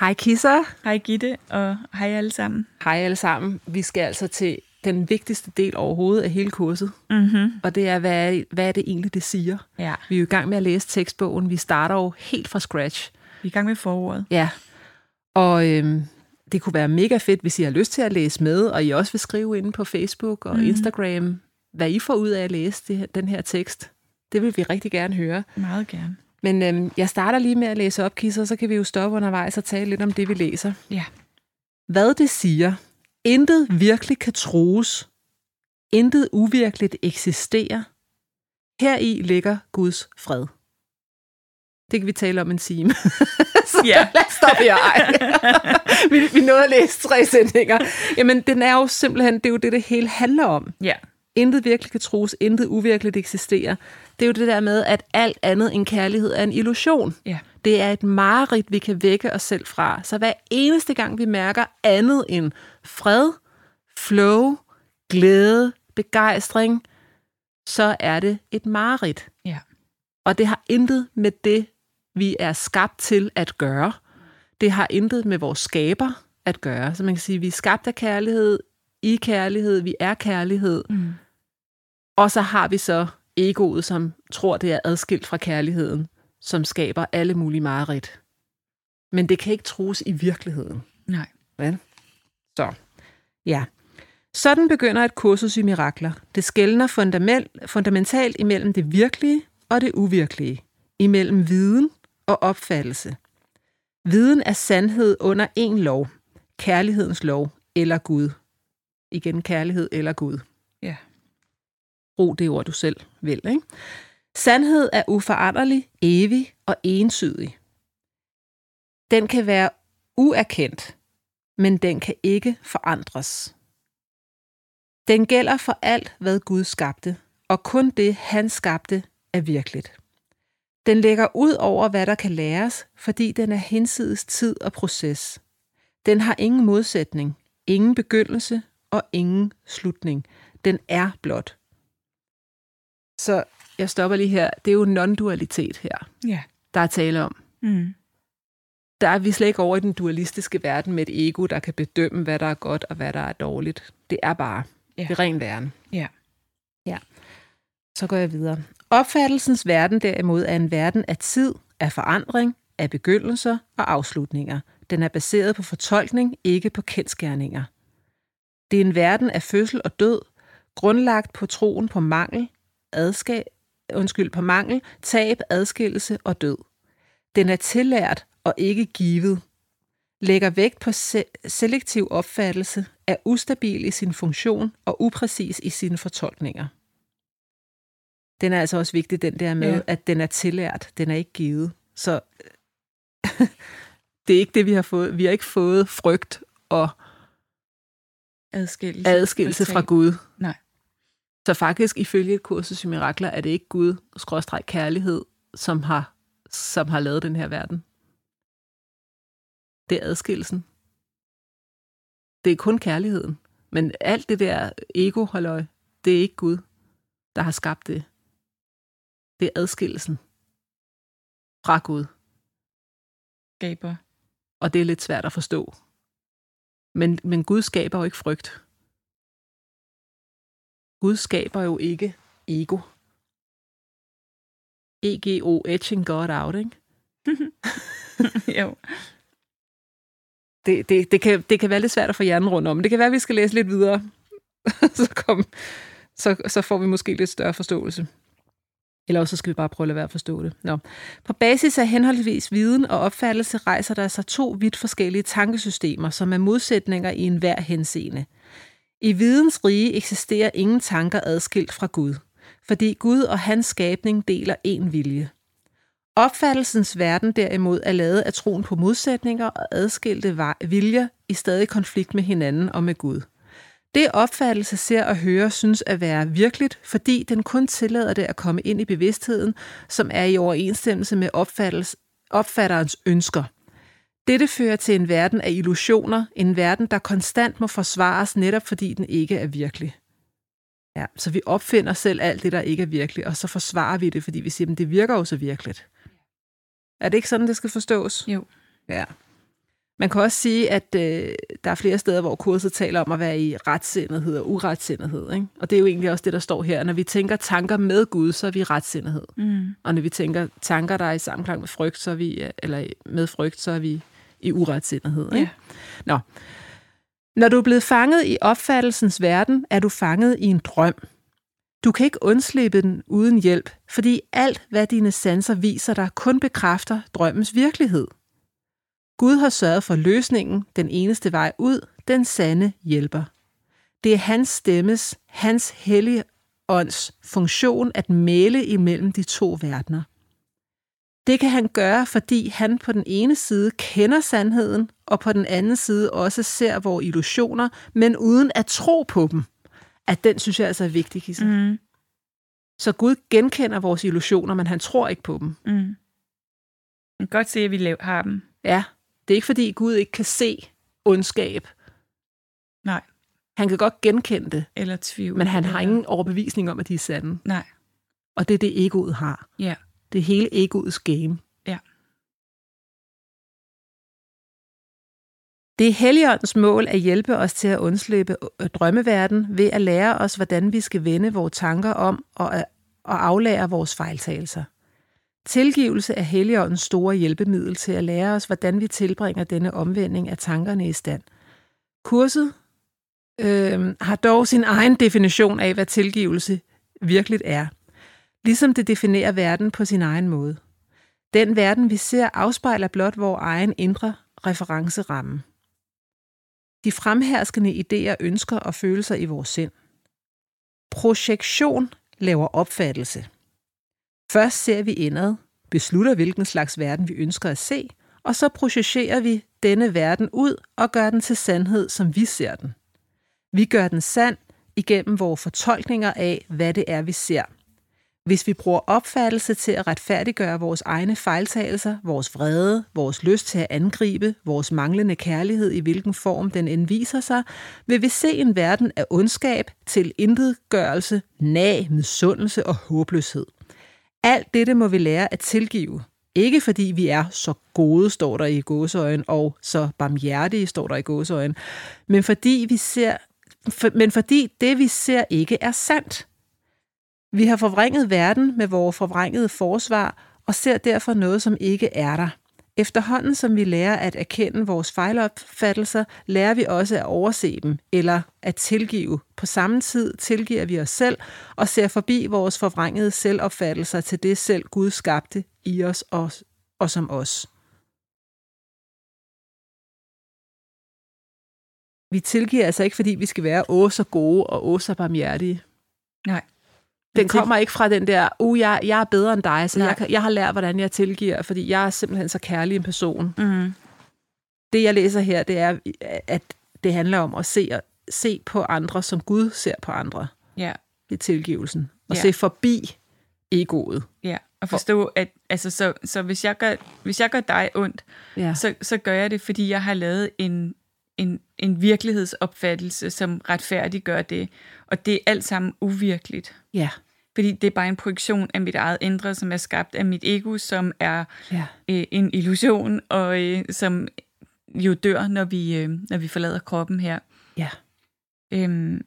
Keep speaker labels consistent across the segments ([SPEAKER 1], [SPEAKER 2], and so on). [SPEAKER 1] Hej Kisser.
[SPEAKER 2] Hej Gitte, og hej alle sammen.
[SPEAKER 1] Hej alle sammen. Vi skal altså til den vigtigste del overhovedet af hele kurset,
[SPEAKER 2] Mm-hmm.
[SPEAKER 1] og det er, hvad, er- hvad er det egentlig, det siger?
[SPEAKER 2] Ja,
[SPEAKER 1] Vi er jo i gang med at læse tekstbogen. Vi starter jo helt fra scratch.
[SPEAKER 2] vi er i gang med forordet.
[SPEAKER 1] Ja, og øhm, det kunne være mega fedt, hvis I har lyst til at læse med, og I også vil skrive inde på Facebook og
[SPEAKER 2] Mhm.
[SPEAKER 1] mm. Instagram, hvad I får ud af at læse det, her- den her tekst. Det vil vi rigtig gerne høre.
[SPEAKER 2] Meget gerne.
[SPEAKER 1] Men øhm, jeg starter lige med at læse op, Kisser, så kan vi jo stoppe undervejs og tale lidt om det, vi læser.
[SPEAKER 2] Ja.
[SPEAKER 1] Hvad det siger. Intet virkelig kan trues. Intet uvirkeligt eksisterer. Heri ligger Guds fred. Det kan vi tale om en time. så
[SPEAKER 2] Ja.
[SPEAKER 1] lad os stoppe her. Ej. vi, vi nåede at læse tre sætninger. Jamen, den er jo simpelthen, det er jo det, det hele handler om
[SPEAKER 2] Ja,
[SPEAKER 1] intet virkelig kan trues, intet uvirkeligt eksisterer. Det er jo det der med, at alt andet end kærlighed er en illusion.
[SPEAKER 2] ja,
[SPEAKER 1] Det er et mareridt, vi kan vække os selv fra. Så hver eneste gang, vi mærker andet end fred, flow, glæde, begejstring, så er det et mareridt.
[SPEAKER 2] ja.
[SPEAKER 1] Og det har intet med det, vi er skabt til at gøre. Det har intet med vores skaber at gøre. Så man kan sige, at vi er skabt af kærlighed, i kærlighed, vi er kærlighed.
[SPEAKER 2] Mm.
[SPEAKER 1] Og så har vi så egoet, som tror, det er adskilt fra kærligheden, som skaber alle mulige mareridt. Men det kan ikke trues i virkeligheden.
[SPEAKER 2] Nej.
[SPEAKER 1] Vel? Så, ja. Sådan begynder et kursus i mirakler. Det skældner fundament, fundamentalt imellem det virkelige og det uvirkelige. Imellem viden og opfattelse. Viden er sandhed under en lov. Kærlighedens lov eller Gud. Igen kærlighed eller Gud
[SPEAKER 2] Ja.
[SPEAKER 1] brug det ord, du selv vil. Ikke? Sandhed er uforanderlig, evig og ensydig. Den kan være uerkendt, men den kan ikke forandres. Den gælder for alt, hvad Gud skabte, og kun det, han skabte, er virkeligt. Den lægger ud over, hvad der kan læres, fordi den er hinsides tid og proces. Den har ingen modsætning, ingen begyndelse og ingen slutning. Den er blot. Så jeg stopper lige her. Det er jo non-dualitet her,
[SPEAKER 2] Ja.
[SPEAKER 1] der er tale om.
[SPEAKER 2] Mm.
[SPEAKER 1] Der er vi slet ikke over i den dualistiske verden med et ego, der kan bedømme, hvad der er godt og hvad der er dårligt. Det er bare.
[SPEAKER 2] Ja.
[SPEAKER 1] Ja. Det er ren væren.
[SPEAKER 2] Ja.
[SPEAKER 1] ja. Så går jeg videre. Opfattelsens verden derimod er en verden af tid, af forandring, af begyndelser og afslutninger. Den er baseret på fortolkning, ikke på kendskærninger. Det er en verden af fødsel og død, grundlagt på troen på mangel, adskab, undskyld, på mangel, tab, adskillelse og død. Den er tillært og ikke givet. Lægger vægt på se- selektiv opfattelse, er ustabil i sin funktion og upræcis i sine fortolkninger. Den er altså også vigtig, den der med,
[SPEAKER 2] Ja.
[SPEAKER 1] ja. at den er tillært, den er ikke givet. Så det er ikke det, vi har fået. Vi har ikke fået frygt og
[SPEAKER 2] Adskillelse.
[SPEAKER 1] adskillelse fra Gud.
[SPEAKER 2] Nej.
[SPEAKER 1] Så faktisk, ifølge et kursus i mirakler, er det ikke Gud, skråstreg kærlighed, som har, som har lavet den her verden. Det er adskillelsen. Det er kun kærligheden. Men alt det der ego det er ikke Gud, der har skabt det. Det er adskillelsen fra Gud.
[SPEAKER 2] Skaber.
[SPEAKER 1] Og det er lidt svært at forstå. Men, men Gud skaber jo ikke frygt. Gud skaber jo ikke ego. E E-G-O, etching God out, ikke?
[SPEAKER 2] jo.
[SPEAKER 1] det, det, det, kan, det kan være lidt svært at få hjernen rundt om. men Det kan være, at vi skal læse lidt videre. så, kom, så, så får vi måske lidt større forståelse. Eller også så skal vi bare prøve at lade være at forstå det. Nå. På basis af henholdsvis viden og opfattelse rejser der sig to vidt forskellige tankesystemer, som er modsætninger i enhver henseende. I videns rige eksisterer ingen tanker adskilt fra Gud, fordi Gud og hans skabning deler én vilje. Opfattelsens verden derimod er lavet af troen på modsætninger og adskilte vej- viljer i stadig konflikt med hinanden og med Gud. Det opfattelse ser og hører synes at være virkeligt, fordi den kun tillader det at komme ind i bevidstheden, som er i overensstemmelse med opfattels- opfatterens ønsker. Dette fører til en verden af illusioner, en verden, der konstant må forsvares netop fordi den ikke er virkelig. Ja, så vi opfinder selv alt det, der ikke er virkeligt, og så forsvarer vi det, fordi vi siger, at det virker jo så virkeligt. Er det ikke sådan, det skal forstås?
[SPEAKER 2] Jo.
[SPEAKER 1] Ja. Man kan også sige, at øh, der er flere steder, hvor kurset taler om at være i retsindighed og uretsindighed. Ikke? Og det er jo egentlig også det, der står her. Når vi tænker tanker med Gud, så er vi i retsindighed.
[SPEAKER 2] Mm.
[SPEAKER 1] Og når vi tænker tanker, der er i samklang med frygt, så er vi, øh, eller med frygt, så er vi i uretsindighed. Ikke?
[SPEAKER 2] Ja.
[SPEAKER 1] Nå. Når du er blevet fanget i opfattelsens verden, er du fanget i en drøm. Du kan ikke undslippe den uden hjælp, fordi alt, hvad dine sanser viser dig, kun bekræfter drømmens virkelighed. Gud har sørget for løsningen, den eneste vej ud, den sande hjælper. Det er hans stemmes, hans hellige ånds funktion at male imellem de to verdener. Det kan han gøre, fordi han på den ene side kender sandheden, og på den anden side også ser vores illusioner, men uden at tro på dem. At den synes jeg altså er vigtig, Kisse. Mm.
[SPEAKER 2] Mm.
[SPEAKER 1] Så Gud genkender vores illusioner, men han tror ikke på dem.
[SPEAKER 2] Mm. Man kan godt se, at vi lav- har dem.
[SPEAKER 1] Ja, det er ikke fordi Gud ikke kan se ondskab.
[SPEAKER 2] Nej.
[SPEAKER 1] Han kan godt genkende det,
[SPEAKER 2] Eller tvivl.
[SPEAKER 1] men han har
[SPEAKER 2] eller-
[SPEAKER 1] ingen overbevisning om, at de er sande.
[SPEAKER 2] Nej,
[SPEAKER 1] Og det er det, egoet har.
[SPEAKER 2] ja.
[SPEAKER 1] Det er hele egoets game.
[SPEAKER 2] Ja.
[SPEAKER 1] Det er Helligåndens mål at hjælpe os til at undslippe øh, drømmeverden ved at lære os, hvordan vi skal vende vores tanker om og, at- og aflære vores fejltagelser. Tilgivelse er Helligåndens store hjælpemiddel til at lære os, hvordan vi tilbringer denne omvending af tankerne i stand. Kurset øh, har dog sin egen definition af, hvad tilgivelse virkeligt er ligesom det definerer verden på sin egen måde. Den verden, vi ser, afspejler blot vores egen indre referenceramme. De fremherskende idéer, ønsker og følelser i vores sind. Projektion laver opfattelse. Først ser vi indad, beslutter hvilken slags verden vi ønsker at se, og så projicerer vi denne verden ud og gør den til sandhed, som vi ser den. Vi gør den sand igennem vores fortolkninger af, hvad det er, vi ser – hvis vi bruger opfattelse til at retfærdiggøre vores egne fejltagelser, vores vrede, vores lyst til at angribe, vores manglende kærlighed i hvilken form den end viser sig, vil vi se en verden af ondskab, til intetgørelse, nag, misundelse og håbløshed. Alt dette må vi lære at tilgive. Ikke fordi vi er så gode, står der i gåseøjen, og så barmhjertige, står der i gåseøjen, men fordi, vi ser, for, men fordi det, vi ser, ikke er sandt. Vi har forvrænget verden med vores forvrængede forsvar og ser derfor noget, som ikke er der. Efterhånden som vi lærer at erkende vores fejlopfattelser, lærer vi også at overse dem eller at tilgive. På samme tid tilgiver vi os selv og ser forbi vores forvrængede selvopfattelser til det selv Gud skabte i os og, og som os. Vi tilgiver altså ikke, fordi vi skal være åh så gode og åh så barmhjertige.
[SPEAKER 2] Nej.
[SPEAKER 1] Den kommer ikke fra den der, uh, jeg, jeg er bedre end dig, så
[SPEAKER 2] Nej.
[SPEAKER 1] jeg, kan, jeg har lært, hvordan jeg tilgiver, fordi jeg er simpelthen så kærlig en person.
[SPEAKER 2] Mm.
[SPEAKER 1] Det, jeg læser her, det er, at det handler om at se, se på andre, som Gud ser på andre.
[SPEAKER 2] Ja,
[SPEAKER 1] Det er tilgivelsen. Og
[SPEAKER 2] Ja.
[SPEAKER 1] se forbi egoet.
[SPEAKER 2] ja. Og forstå, at altså, så, så hvis, jeg gør, hvis jeg gør dig ondt,
[SPEAKER 1] Ja.
[SPEAKER 2] så, så gør jeg det, fordi jeg har lavet en, en, en virkelighedsopfattelse, som retfærdiggør det. Og det er alt sammen uvirkeligt.
[SPEAKER 1] Ja.
[SPEAKER 2] Fordi det er bare en projektion af mit eget indre, som er skabt af mit ego, som er
[SPEAKER 1] ja.
[SPEAKER 2] øh, en illusion, og øh, som jo dør, når vi, øh, når vi forlader kroppen her.
[SPEAKER 1] Ja.
[SPEAKER 2] Øhm,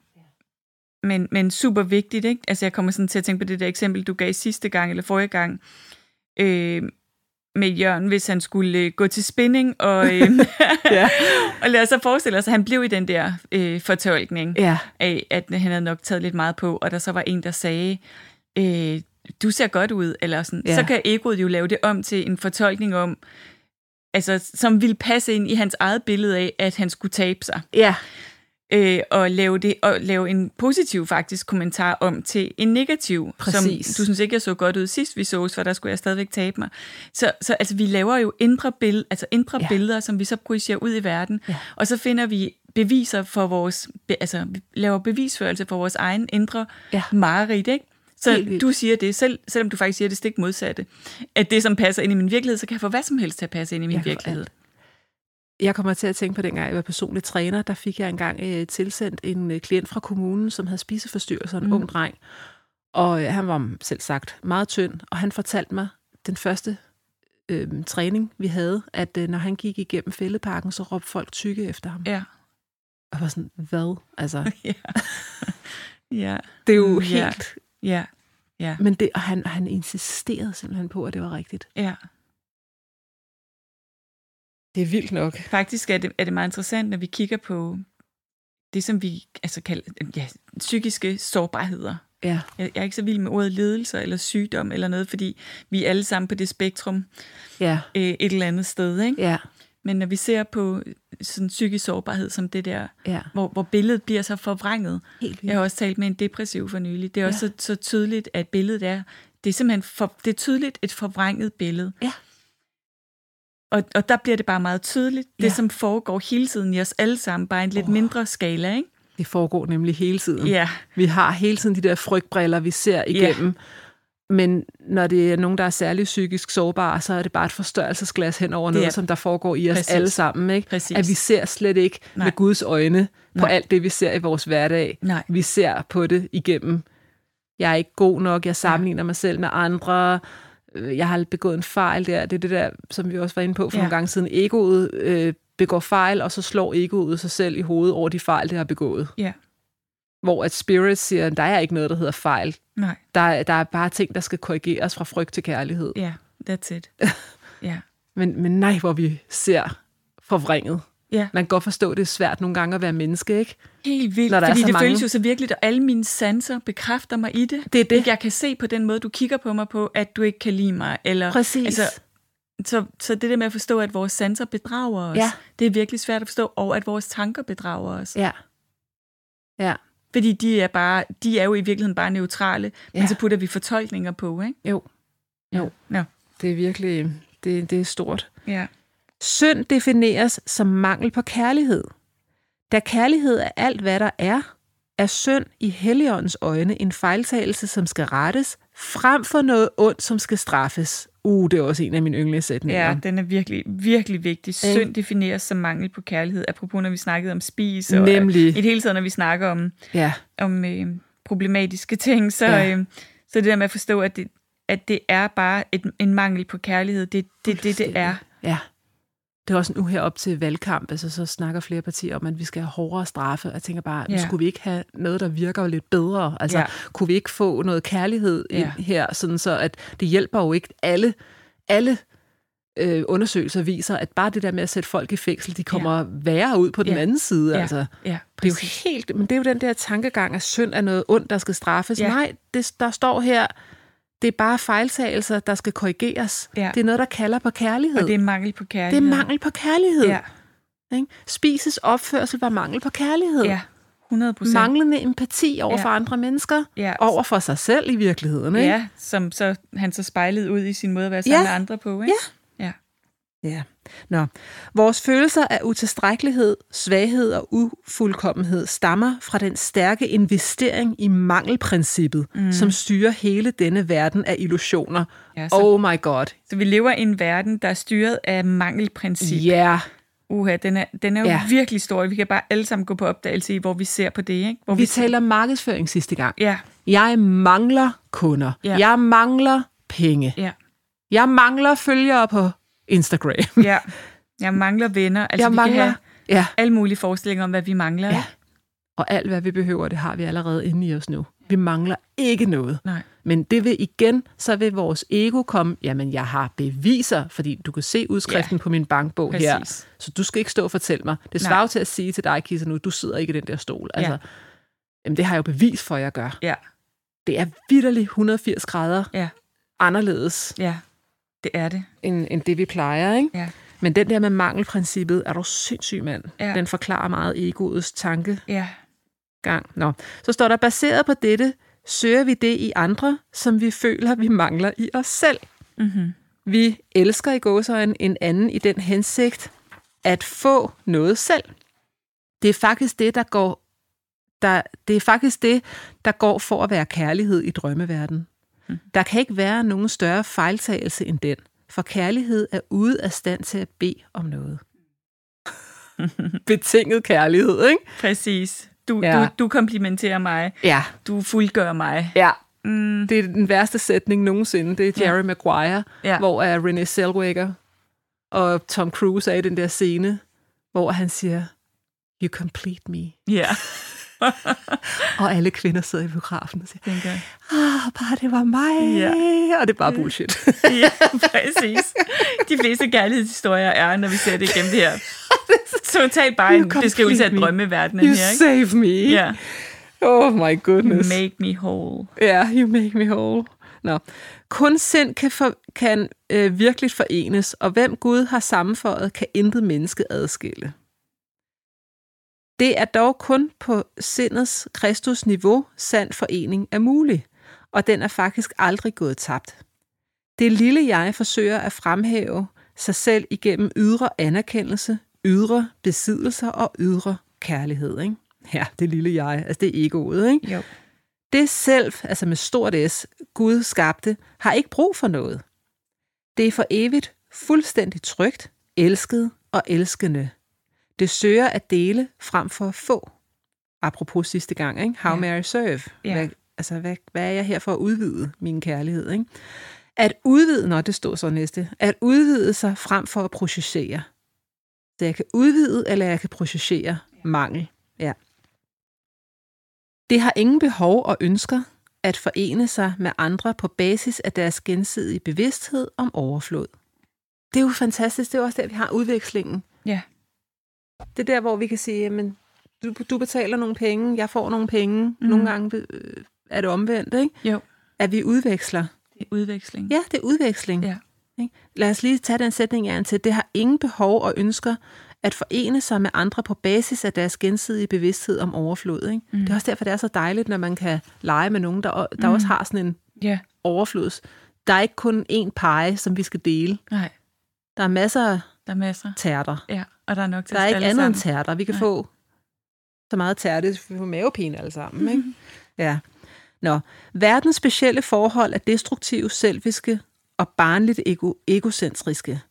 [SPEAKER 2] men, men super vigtigt, ikke? Altså, jeg kommer sådan til at tænke på det der eksempel, du gav sidste gang, eller forrige gang, øh, med Jørgen, hvis han skulle øh, gå til spinning, og, øh,
[SPEAKER 1] Ja.
[SPEAKER 2] og lad os så forestille os, at han blev i den der øh, fortolkning
[SPEAKER 1] ja.
[SPEAKER 2] af, at han havde nok taget lidt meget på, og der så var en, der sagde, øh, du ser godt ud, eller sådan.
[SPEAKER 1] Ja.
[SPEAKER 2] Ja. Så kan egoet jo lave det om til en fortolkning om, altså, som ville passe ind i hans eget billede af, at han skulle tabe sig.
[SPEAKER 1] Ja.
[SPEAKER 2] Øh, og, lave det, og lave en positiv faktisk kommentar om til en negativ,
[SPEAKER 1] Præcis.
[SPEAKER 2] som du synes ikke, jeg så godt ud sidst vi sås, for der skulle jeg stadigvæk tabe mig. Så, så altså, vi laver jo indre, bill- altså, indre
[SPEAKER 1] Ja.
[SPEAKER 2] ja. billeder, som vi så projicerer ud i verden,
[SPEAKER 1] Ja.
[SPEAKER 2] og så finder vi beviser for vores, be- altså vi laver bevisførelse for vores egen indre
[SPEAKER 1] Ja.
[SPEAKER 2] ja. mareridt, ikke?
[SPEAKER 1] Helt
[SPEAKER 2] Så
[SPEAKER 1] vildt.
[SPEAKER 2] du siger det, selv, selvom du faktisk siger det stik modsatte, at det, som passer ind i min virkelighed, så kan jeg få hvad som helst til at passe ind i min
[SPEAKER 1] Jeg kan få
[SPEAKER 2] virkelighed.
[SPEAKER 1] Jeg kommer til at tænke på dengang, jeg var personlig træner, der fik jeg engang øh, tilsendt en øh, klient fra kommunen, som havde spiseforstyrrelser, en mm.
[SPEAKER 2] Mm.
[SPEAKER 1] ung dreng. Og øh, han var selv sagt meget tynd, og han fortalte mig den første øh, træning, vi havde, at øh, når han gik igennem fældeparken, så råbte folk tykke efter ham.
[SPEAKER 2] Ja.
[SPEAKER 1] Og jeg var sådan, hvad? Altså,
[SPEAKER 2] ja. ja.
[SPEAKER 1] det er jo
[SPEAKER 2] Mm,
[SPEAKER 1] helt...
[SPEAKER 2] ja. Ja.
[SPEAKER 1] Men det, og han, han insisterede simpelthen på, at det var rigtigt.
[SPEAKER 2] Ja.
[SPEAKER 1] Det er vildt nok.
[SPEAKER 2] Faktisk er det, er det meget interessant, når vi kigger på det, som vi altså kalder ja, psykiske sårbarheder.
[SPEAKER 1] Ja.
[SPEAKER 2] Jeg, jeg er ikke så vild med ordet lidelser eller sygdom eller noget, fordi vi er alle sammen på det spektrum
[SPEAKER 1] Ja.
[SPEAKER 2] øh, et eller andet sted. Ikke?
[SPEAKER 1] Ja.
[SPEAKER 2] Men når vi ser på sådan psykisk sårbarhed som det der,
[SPEAKER 1] Ja.
[SPEAKER 2] hvor, hvor billedet bliver så forvrænget.
[SPEAKER 1] Helt vildt.
[SPEAKER 2] Jeg har også talt med en depressiv for nylig. Det er også
[SPEAKER 1] Ja.
[SPEAKER 2] så, så tydeligt, at billedet er, det er simpelthen for, det er tydeligt et forvrænget billede.
[SPEAKER 1] Ja.
[SPEAKER 2] Og, og der bliver det bare meget tydeligt, det
[SPEAKER 1] Ja.
[SPEAKER 2] som foregår hele tiden i os alle sammen, bare i en lidt
[SPEAKER 1] Åh. Mm.
[SPEAKER 2] oh. mindre skala, ikke?
[SPEAKER 1] Det foregår nemlig hele tiden.
[SPEAKER 2] Ja,
[SPEAKER 1] Vi har hele tiden de der frygtbriller, vi ser igennem. Men når det er nogen, der er særlig psykisk sårbare, så er det bare et forstørrelsesglas hen over noget,
[SPEAKER 2] Ja.
[SPEAKER 1] som der foregår i os Præcis.
[SPEAKER 2] Præcis.
[SPEAKER 1] alle sammen. Ikke?
[SPEAKER 2] Præcis.
[SPEAKER 1] At vi ser slet ikke Nej.
[SPEAKER 2] Nej.
[SPEAKER 1] med Guds øjne på
[SPEAKER 2] Nej.
[SPEAKER 1] alt det, vi ser i vores hverdag.
[SPEAKER 2] nej,
[SPEAKER 1] Vi ser på det igennem. Jeg er ikke god nok, jeg sammenligner mig selv med andre, øh, jeg har begået en fejl der. Det er det der, som vi også var inde på for ja.
[SPEAKER 2] Ja.
[SPEAKER 1] nogle gange siden. Egoet øh, begår fejl, og så slår egoet sig selv i hovedet over de fejl, det har begået
[SPEAKER 2] ja,
[SPEAKER 1] hvor at Spirit siger, der er ikke noget, der hedder fejl.
[SPEAKER 2] nej,
[SPEAKER 1] Der, er- der er bare ting, der skal korrigeres fra frygt til kærlighed.
[SPEAKER 2] ja, that's it. Ja,
[SPEAKER 1] Men, men nej, hvor vi ser forvrænget.
[SPEAKER 2] ja.
[SPEAKER 1] Man kan godt forstå, at det er svært nogle gange at være menneske, ikke?
[SPEAKER 2] Helt vildt,
[SPEAKER 1] Når der er
[SPEAKER 2] fordi
[SPEAKER 1] så
[SPEAKER 2] det
[SPEAKER 1] mange.
[SPEAKER 2] føles jo så virkeligt, og alle mine sanser bekræfter mig i det.
[SPEAKER 1] Det er det.
[SPEAKER 2] Ikke? Jeg kan se på den måde, du kigger på mig på, at du ikke kan lide mig. Eller,
[SPEAKER 1] Præcis.
[SPEAKER 2] Altså, så, så det der med at forstå, at vores sanser bedrager os,
[SPEAKER 1] Ja.
[SPEAKER 2] det er virkelig svært at forstå, og at vores tanker bedrager os.
[SPEAKER 1] Ja. Ja,
[SPEAKER 2] Fordi de er, bare, de er jo i virkeligheden bare neutrale, ja.
[SPEAKER 1] Ja.
[SPEAKER 2] men så putter vi fortolkninger på, ikke?
[SPEAKER 1] Jo. Jo.
[SPEAKER 2] Ja.
[SPEAKER 1] det er virkelig det, det er stort.
[SPEAKER 2] ja.
[SPEAKER 1] Synd defineres som mangel på kærlighed. Da kærlighed er alt, hvad der er, er synd i Helligåndens øjne en fejltagelse, som skal rettes, frem for noget ondt, som skal straffes. Uh, det er også en af mine yndlingssætninger.
[SPEAKER 2] ja, den er virkelig, virkelig vigtig. Synd defineres som mangel på kærlighed, apropos når vi snakkede om spis, og øh,
[SPEAKER 1] Nemlig.
[SPEAKER 2] i det hele taget, når vi snakker om
[SPEAKER 1] ja.
[SPEAKER 2] om øh, problematiske ting, så,
[SPEAKER 1] Ja.
[SPEAKER 2] ja. øh, så det der med at forstå, at det, at det er bare et, en mangel på kærlighed, det er det, det, det er.
[SPEAKER 1] Ja. Det er også nu her op til valgkamp, altså så snakker flere partier om, at vi skal have hårdere straffe, og jeg tænker bare, ja.
[SPEAKER 2] Ja.
[SPEAKER 1] skulle vi ikke have noget, der virker lidt bedre? Altså, ja.
[SPEAKER 2] Ja.
[SPEAKER 1] kunne vi ikke få noget kærlighed ja.
[SPEAKER 2] Ja.
[SPEAKER 1] ind her, sådan så at det hjælper jo ikke alle, alle øh, undersøgelser viser, at bare det der med at sætte folk i fængsel, de kommer ja. værre ud på den
[SPEAKER 2] Ja.
[SPEAKER 1] anden side,
[SPEAKER 2] Ja.
[SPEAKER 1] altså.
[SPEAKER 2] Ja,
[SPEAKER 1] Det er
[SPEAKER 2] præcis.
[SPEAKER 1] jo helt, men det er jo den der tankegang, at synd er noget ondt, der skal straffes. Ja.
[SPEAKER 2] Ja.
[SPEAKER 1] Nej, det, der står her, det er bare fejltagelser, der skal korrigeres.
[SPEAKER 2] Ja.
[SPEAKER 1] Det er noget, der kalder på kærlighed.
[SPEAKER 2] Og det er mangel på
[SPEAKER 1] Det er
[SPEAKER 2] kærlighed.
[SPEAKER 1] mangel på kærlighed.
[SPEAKER 2] Ja,
[SPEAKER 1] Ja. Ikke? Spises opførsel var mangel på kærlighed.
[SPEAKER 2] ja 100 procent.
[SPEAKER 1] Manglende empati over
[SPEAKER 2] Ja.
[SPEAKER 1] for andre mennesker.
[SPEAKER 2] Ja.
[SPEAKER 1] Over for sig selv i virkeligheden. Ikke?
[SPEAKER 2] Ja, som så, han så spejlede ud i sin måde at være sammen
[SPEAKER 1] Ja.
[SPEAKER 2] med andre på, ikke? Ja. Ja.
[SPEAKER 1] ja. Nå. Vores følelser af utilstrækkelighed, svaghed og ufuldkommenhed stammer fra den stærke investering i mangelprincippet, mm. som styrer hele denne verden af illusioner.
[SPEAKER 2] Ja, så-
[SPEAKER 1] oh my god.
[SPEAKER 2] Så vi lever i en verden, der er styret af mangelprincip.
[SPEAKER 1] Ja. Yeah.
[SPEAKER 2] Uha, den er, den er jo
[SPEAKER 1] Ja.
[SPEAKER 2] virkelig stor. Vi kan bare alle sammen gå på opdagelse i, hvor vi ser på det, ikke? Hvor
[SPEAKER 1] Vi taler markedsføring sidste gang.
[SPEAKER 2] Ja,
[SPEAKER 1] Jeg mangler kunder.
[SPEAKER 2] Ja.
[SPEAKER 1] Jeg mangler penge.
[SPEAKER 2] ja,
[SPEAKER 1] Jeg mangler følgere på Instagram. Altså,
[SPEAKER 2] ja. Jeg mangler venner. Altså,
[SPEAKER 1] jeg
[SPEAKER 2] vi
[SPEAKER 1] mangler...
[SPEAKER 2] Kan have
[SPEAKER 1] Ja,
[SPEAKER 2] alle mulige forestillinger om, hvad vi mangler.
[SPEAKER 1] og alt hvad vi behøver, det har vi allerede inde i os nu. Vi mangler ikke noget.
[SPEAKER 2] Nej.
[SPEAKER 1] Men det vil igen, så vil vores ego komme, jamen jeg har beviser, fordi du kan se udskriften ja, på min bankbog præcis. her.
[SPEAKER 2] Præcis.
[SPEAKER 1] Så du skal ikke stå og fortælle mig. Det
[SPEAKER 2] Nej.
[SPEAKER 1] svarer jo til at sige til dig, Kisser, nu, du sidder ikke i den der stol. Altså,
[SPEAKER 2] Ja.
[SPEAKER 1] jamen, det har jeg jo bevis for, at jeg gør.
[SPEAKER 2] Ja.
[SPEAKER 1] Det er vidderligt 180 grader
[SPEAKER 2] Ja.
[SPEAKER 1] anderledes,
[SPEAKER 2] Ja, det er det.
[SPEAKER 1] end, end det vi plejer. Ikke?
[SPEAKER 2] Ja.
[SPEAKER 1] Men den der med mangelprincippet, er du sindssyg mand.
[SPEAKER 2] Ja.
[SPEAKER 1] Den forklarer meget egoets tanke
[SPEAKER 2] Ja.
[SPEAKER 1] gang. Nå. Så står der, baseret på dette, søger vi det i andre, som vi føler, vi mangler i os selv.
[SPEAKER 2] Mm-hmm.
[SPEAKER 1] Vi elsker i gåsøjen en anden i den hensigt at få noget selv. Det er faktisk det, der går, der, det er faktisk det, der går for at være kærlighed i drømmeverdenen.
[SPEAKER 2] Mhm.
[SPEAKER 1] Der kan ikke være nogen større fejltagelse end den, for kærlighed er ude af stand til at bede om noget. Betinget kærlighed, ikke?
[SPEAKER 2] Præcis. Du,
[SPEAKER 1] Ja.
[SPEAKER 2] ja. du, du komplimenterer mig.
[SPEAKER 1] Ja,
[SPEAKER 2] Du fuldgør mig.
[SPEAKER 1] ja.
[SPEAKER 2] Mm,
[SPEAKER 1] Det er den værste sætning nogensinde. Det er Jerry ja. Maguire, ja.
[SPEAKER 2] ja.
[SPEAKER 1] hvor er Renée Zellweger og Tom Cruise er i den der scene, hvor han siger, you complete me.
[SPEAKER 2] Ja.
[SPEAKER 1] Og alle kvinder sidder i biografen og siger,
[SPEAKER 2] Tænker. jeg.
[SPEAKER 1] ah, bare det var mig.
[SPEAKER 2] Ja.
[SPEAKER 1] Og det er bare bullshit.
[SPEAKER 2] Ja, præcis. De fleste kærlighedshistorier er, når vi ser det igennem det her. Totalt bare
[SPEAKER 1] You
[SPEAKER 2] en beskrivelse af
[SPEAKER 1] complete me.
[SPEAKER 2] drømmeverdenen
[SPEAKER 1] you
[SPEAKER 2] her, ikke?
[SPEAKER 1] save me.
[SPEAKER 2] Ja.
[SPEAKER 1] Oh my goodness.
[SPEAKER 2] Make me whole.
[SPEAKER 1] Ja, you make me whole. Nå. Kun sind kan, for, kan øh, virkelig forenes, og hvem Gud har sammenføjet, kan intet menneske adskille. Det er dog kun på sindets Kristus niveau, sand forening er mulig, og den er faktisk aldrig gået tabt. Det lille jeg forsøger at fremhæve sig selv igennem ydre anerkendelse, ydre besiddelser og ydre kærlighed. Ikke? Ja, det lille jeg, altså det er egoet. Ikke?
[SPEAKER 2] Jo.
[SPEAKER 1] Det selv, altså med stort S, Gud skabte, har ikke brug for noget. Det er for evigt fuldstændig trygt, elsket og elskende. Det søger at dele frem for at få. Apropos sidste gang, ikke? How
[SPEAKER 2] Ja.
[SPEAKER 1] may I serve?
[SPEAKER 2] Ja.
[SPEAKER 1] Hvad, altså, hvad, hvad er jeg her for at udvide min kærlighed? Ikke? At udvide, når det står så næste, at udvide sig frem for at processere. Så jeg kan udvide, eller jeg kan processere mangel. Ja. Det har ingen behov og ønsker at forene sig med andre på basis af deres gensidige bevidsthed om overflod. Det er jo fantastisk. Det er jo også der, vi har udvekslingen.
[SPEAKER 2] Ja.
[SPEAKER 1] Det er der, hvor vi kan sige, jamen, du, du betaler nogle penge, jeg får nogle penge. Mm. Nogle gange øh, er det omvendt, ikke?
[SPEAKER 2] Jo.
[SPEAKER 1] At vi udveksler.
[SPEAKER 2] Det er udveksling.
[SPEAKER 1] Ja, det er udveksling.
[SPEAKER 2] Ja.
[SPEAKER 1] Ikke? Lad os lige tage den sætning igen til. Det har ingen behov og ønsker at forene sig med andre på basis af deres gensidige bevidsthed om overflod. Ikke? Mm. Det er også derfor, det er så dejligt, når man kan lege med nogen, der, der mm. også har sådan en
[SPEAKER 2] ja.
[SPEAKER 1] overflods. Der er ikke kun én pege, som vi skal dele.
[SPEAKER 2] Nej,
[SPEAKER 1] Der er masser af
[SPEAKER 2] der er masser.
[SPEAKER 1] tærter.
[SPEAKER 2] Ja, og der er nok til
[SPEAKER 1] Der er
[SPEAKER 2] os
[SPEAKER 1] ikke
[SPEAKER 2] alle
[SPEAKER 1] andet
[SPEAKER 2] sammen.
[SPEAKER 1] end tærter. Vi kan
[SPEAKER 2] Nej.
[SPEAKER 1] få så meget tærte, at vi får mavepine alle sammen. Ikke? Ja. Nå. Verdens specielle forhold er destruktive, selviske og barnligt ego- egocentriske.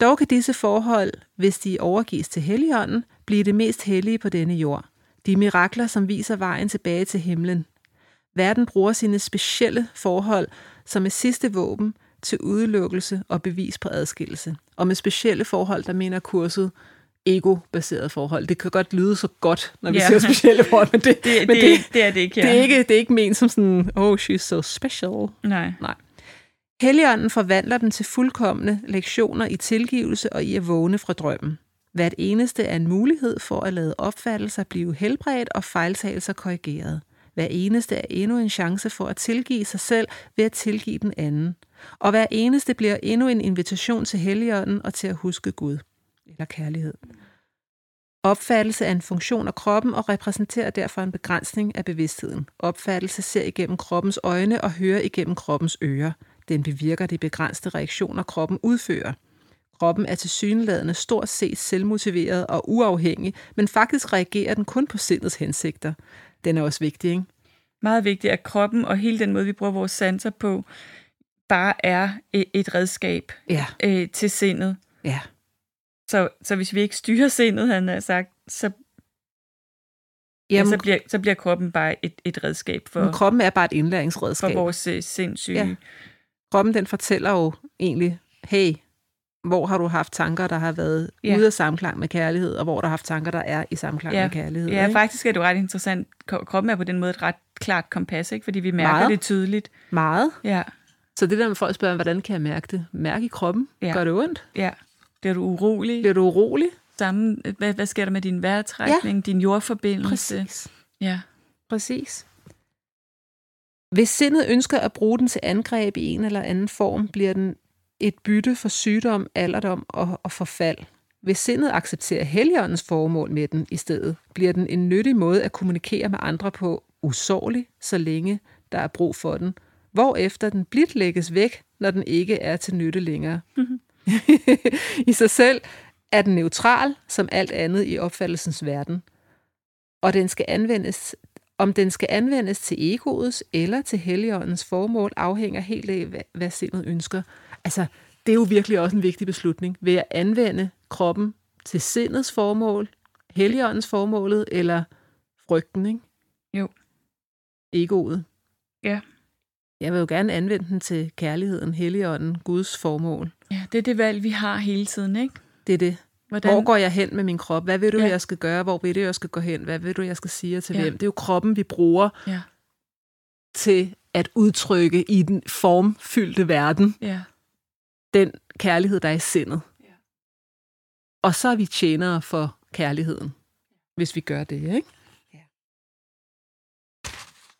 [SPEAKER 1] Dog kan disse forhold, hvis de overgives til Helligånden, blive det mest hellige på denne jord. De mirakler, som viser vejen tilbage til himlen. Verden bruger sine specielle forhold som et sidste våben til udelukkelse og bevis på adskillelse. Og med specielle forhold, der mener kurset ego-baseret forhold. Det kan godt lyde så godt, når vi
[SPEAKER 2] Ja.
[SPEAKER 1] yeah. siger specielle forhold, men det,
[SPEAKER 2] Det,
[SPEAKER 1] men
[SPEAKER 2] det, det, det er det ikke, ja.
[SPEAKER 1] det, er ikke, det er ikke ment som sådan, oh, she's so special.
[SPEAKER 2] Nej.
[SPEAKER 1] Nej. Helligånden forvandler dem til fuldkommende lektioner i tilgivelse og i at vågne fra drømmen. Hvert eneste er en mulighed for at lade opfattelser blive helbredt og fejltagelser korrigeret. Hver eneste er endnu en chance for at tilgive sig selv ved at tilgive den anden. Og hver eneste bliver endnu en invitation til Helligånden og til at huske Gud eller kærlighed. Opfattelse er en funktion af kroppen og repræsenterer derfor en begrænsning af bevidstheden. Opfattelse ser igennem kroppens øjne og hører igennem kroppens ører. Den bevirker de begrænsede reaktioner, kroppen udfører. Kroppen er tilsyneladende stort set selvmotiveret og uafhængig, men faktisk reagerer den kun på sindets hensigter. Den er også vigtig, ikke?
[SPEAKER 2] Meget vigtigt, at kroppen og hele den måde, vi bruger vores sanser på, bare er e- et redskab
[SPEAKER 1] Ja,
[SPEAKER 2] øh, til sindet.
[SPEAKER 1] ja.
[SPEAKER 2] Så, så hvis vi ikke styrer sindet, han har sagt, så, ja,
[SPEAKER 1] Jamen,
[SPEAKER 2] så, bliver, så bliver kroppen bare et, et redskab Altså, for,
[SPEAKER 1] men kroppen er bare et
[SPEAKER 2] for
[SPEAKER 1] indlæringsredskab.
[SPEAKER 2] vores øh, sindssyge.
[SPEAKER 1] Ja.
[SPEAKER 2] Ja.
[SPEAKER 1] kroppen den fortæller jo egentlig, hey, hvor har du haft tanker, der har været ja.
[SPEAKER 2] Ja.
[SPEAKER 1] ude af samklang med kærlighed, og hvor der har haft tanker, der er i samklang ja. med kærlighed.
[SPEAKER 2] Ja,
[SPEAKER 1] ikke?
[SPEAKER 2] faktisk er det jo ret interessant. Ko- Kroppen er på den måde et ret klart kompas, ikke? fordi vi mærker
[SPEAKER 3] Meget.
[SPEAKER 2] det tydeligt.
[SPEAKER 1] Meget.
[SPEAKER 2] Ja,
[SPEAKER 3] Så det der med folk spørger, hvordan kan jeg mærke det? Mærke i kroppen?
[SPEAKER 2] Ja.
[SPEAKER 3] Ja. Gør det ondt?
[SPEAKER 2] ja. Bliver du urolig?
[SPEAKER 3] Bliver du urolig?
[SPEAKER 2] Samme, øh, hvad, hvad sker der med din vejrtrækning, ja. din jordforbindelse? Ja.
[SPEAKER 1] Præcis. Hvis sindet ønsker at bruge den til angreb i en eller anden form, bliver den et bytte for sygdom, alderdom og, og forfald. Hvis sindet accepterer heligåndens formål med den i stedet, bliver den en nyttig måde at kommunikere med andre på usårlig, så længe der er brug for den, hvorefter den blidt lægges væk, når den ikke er til nytte længere. I sig selv er den neutral, som alt andet i opfattelsens verden, og den skal anvendes om den skal anvendes til egoets eller til helligåndens formål, afhænger helt af, hvad, hvad sindet ønsker.
[SPEAKER 3] Altså, det er jo virkelig også en vigtig beslutning. Vil jeg anvende kroppen til sindets formål, heligåndens formålet, eller frygten, ikke?
[SPEAKER 2] Jo.
[SPEAKER 3] Egoet.
[SPEAKER 2] Ja.
[SPEAKER 3] Jeg vil jo gerne anvende den til kærligheden, heligånden, Guds formål.
[SPEAKER 2] ja, det er det valg, vi har hele tiden, ikke?
[SPEAKER 3] Det er det.
[SPEAKER 2] Hvordan,
[SPEAKER 3] Hvor går jeg hen med min krop? Hvad vil du,
[SPEAKER 2] Ja.
[SPEAKER 3] ja. jeg skal gøre? Hvor vil du, jeg skal gå hen? Hvad vil du, jeg skal sige og til
[SPEAKER 2] Ja.
[SPEAKER 3] ja. hvem? Det er jo kroppen, vi bruger
[SPEAKER 2] Ja.
[SPEAKER 3] til at udtrykke i den formfyldte verden
[SPEAKER 2] Ja,
[SPEAKER 3] den kærlighed, der er i sindet.
[SPEAKER 2] Ja.
[SPEAKER 3] Ja. Og så er vi tjenere for kærligheden, hvis vi gør det, ikke?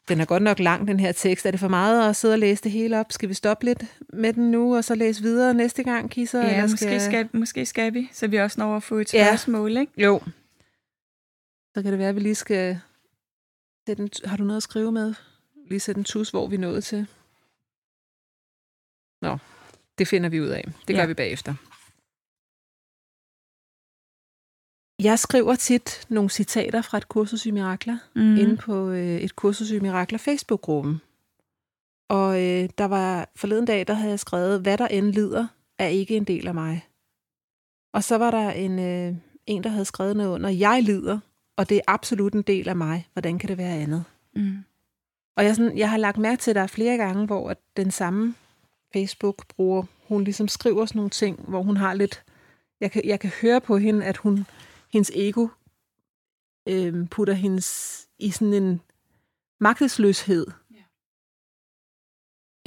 [SPEAKER 1] Den er godt nok lang, den her tekst. Er det for meget at sidde og læse det hele op? Skal vi stoppe lidt med den nu, og så læse videre næste gang, Kisser?
[SPEAKER 2] ja
[SPEAKER 1] Eller
[SPEAKER 2] måske, skal, måske skal vi, så vi også når at få et
[SPEAKER 1] Ja.
[SPEAKER 2] spørgsmål, ikke?
[SPEAKER 1] Jo.
[SPEAKER 3] Så kan det være, at vi lige skal... Sætte en, har du noget at skrive med?
[SPEAKER 1] Lige sætte en tus, hvor vi nåede til. Nå, det finder vi ud af. Det
[SPEAKER 2] Ja.
[SPEAKER 1] gør vi bagefter. Jeg skriver tit nogle citater fra et kursus i mirakler.
[SPEAKER 2] Mm.
[SPEAKER 1] mm. inde på øh, et kursus i Mirakler Facebook-gruppen. Og øh, der var forleden dag, der havde jeg skrevet, hvad der end lider, er ikke en del af mig. Og så var der en, øh, en der havde skrevet noget under, jeg lider, og det er absolut en del af mig. Hvordan kan det være andet?
[SPEAKER 2] Mm.
[SPEAKER 1] Og jeg, er sådan, jeg har lagt mærke til, at der er flere gange, hvor at den samme Facebook-bruger, hun ligesom skriver sådan nogle ting, hvor hun har lidt... Jeg kan, jeg kan høre på hende, at hun, hendes ego øh, putter hendes i sådan en magtesløshed.
[SPEAKER 2] Ja.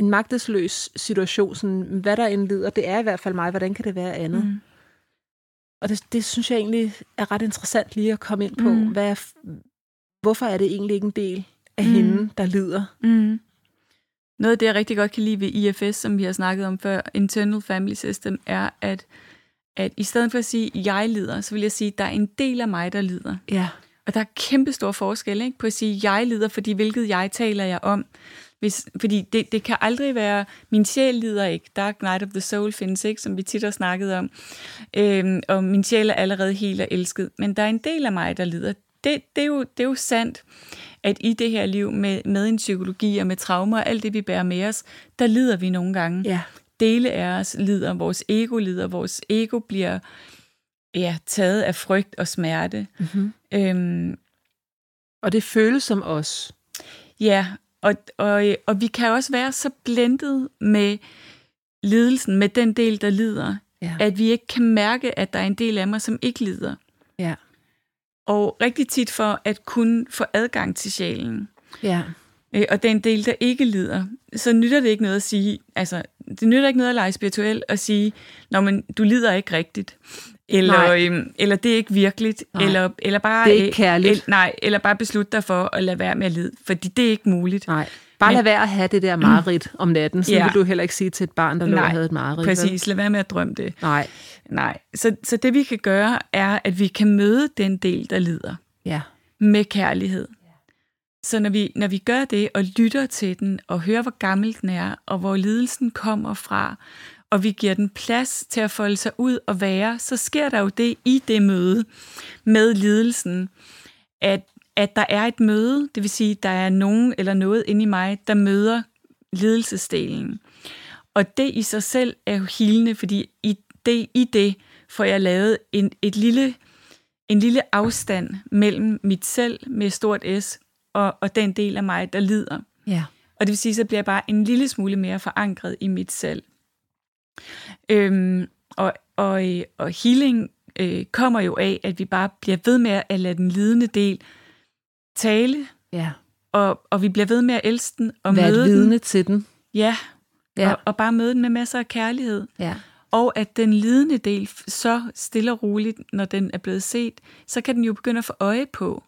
[SPEAKER 1] En magtesløs situation, sådan, hvad der end lider, det er i hvert fald mig, hvordan kan det være andet?
[SPEAKER 2] Mm.
[SPEAKER 1] Og det, det synes jeg egentlig er ret interessant lige at komme ind på.
[SPEAKER 2] Mm.
[SPEAKER 1] Mm. Hvad er, f- hvorfor er det egentlig ikke en del af
[SPEAKER 2] Mm.
[SPEAKER 1] mm. hende, der lider?
[SPEAKER 2] Mm. Noget af det, jeg rigtig godt kan lide ved IFS, som vi har snakket om før, Internal Family System, er, at, at i stedet for at sige, jeg lider, så vil jeg sige, der er en del af mig, der lider.
[SPEAKER 3] Ja.
[SPEAKER 2] Og der er kæmpe stor forskel ikke? på at sige, jeg lider, fordi hvilket jeg taler jeg om. Hvis, fordi det, det kan aldrig være, min sjæl lider ikke. Dark Night of the Soul findes ikke, som vi tit har snakket om. Øhm, og min sjæl er allerede helt og elsket. Men der er en del af mig, der lider. Det, det, er, jo, det er jo sandt, at i det her liv med, med en psykologi og med traumer og alt det, vi bærer med os, der lider vi nogle gange
[SPEAKER 3] Ja.
[SPEAKER 2] dele af os lider, vores ego lider, vores ego bliver ja, taget af frygt og smerte.
[SPEAKER 3] Mhm.
[SPEAKER 2] Øhm,
[SPEAKER 3] Og det føles som os.
[SPEAKER 2] ja, og, og, øh, og vi kan også være så blændet med lidelsen, med den del, der lider,
[SPEAKER 3] Ja.
[SPEAKER 2] at vi ikke kan mærke, at der er en del af mig, som ikke lider.
[SPEAKER 3] Ja.
[SPEAKER 2] Og rigtig tit for at kunne få adgang til sjælen.
[SPEAKER 3] Ja.
[SPEAKER 2] øh, og den del, der ikke lider, så nytter det ikke noget at sige, altså, det nytter ikke noget at lege spirituel og sige, når men du lider ikke rigtigt, eller,
[SPEAKER 3] Nej.
[SPEAKER 2] øhm, eller det er ikke virkeligt,
[SPEAKER 3] Nej.
[SPEAKER 2] eller, eller bare...
[SPEAKER 3] Det er ikke
[SPEAKER 2] øh,
[SPEAKER 3] kærligt.
[SPEAKER 2] el- nej, eller bare beslutte dig for at lade være med at lide, fordi det er ikke muligt.
[SPEAKER 3] Nej. Bare
[SPEAKER 2] Men-
[SPEAKER 3] Men... lad være at have det der mareridt om natten. Sådan
[SPEAKER 2] Ja.
[SPEAKER 3] ja. vil du heller ikke sige til et barn, der lå
[SPEAKER 2] Nej,
[SPEAKER 3] og havde et mareridt. vel?
[SPEAKER 2] Præcis, lad være med at drømme det.
[SPEAKER 3] Nej.
[SPEAKER 2] Nej, så, så det vi kan gøre, er, at vi kan møde den del, der lider.
[SPEAKER 3] Ja.
[SPEAKER 2] med kærlighed. Så når vi, når vi gør det og lytter til den og hører, hvor gammel den er og hvor lidelsen kommer fra, og vi giver den plads til at folde sig ud og være, så sker der jo det i det møde med lidelsen, at, at der er et møde, det vil sige, der er nogen eller noget inde i mig, der møder lidelsesdelen. Og det i sig selv er jo hilende, fordi i det, i det får jeg lavet en, et lille en lille afstand mellem mit selv med stort S og, og den del af mig, der lider.
[SPEAKER 3] Ja.
[SPEAKER 2] Og det vil sige, så bliver jeg bare en lille smule mere forankret i mit selv. Øhm, og, og, øh, og healing øh, kommer jo af, at vi bare bliver ved med at lade den lidende del tale,
[SPEAKER 3] Ja.
[SPEAKER 2] og, og vi bliver ved med at elske den, og
[SPEAKER 4] Vær
[SPEAKER 2] møde
[SPEAKER 4] et
[SPEAKER 2] den.
[SPEAKER 4] vidne til den.
[SPEAKER 2] Ja,
[SPEAKER 4] Ja.
[SPEAKER 2] ja. Og, og bare møde den med masser af kærlighed.
[SPEAKER 4] Ja.
[SPEAKER 2] Og at den lidende del f- så stille og roligt, når den er blevet set, så kan den jo begynde at få øje på,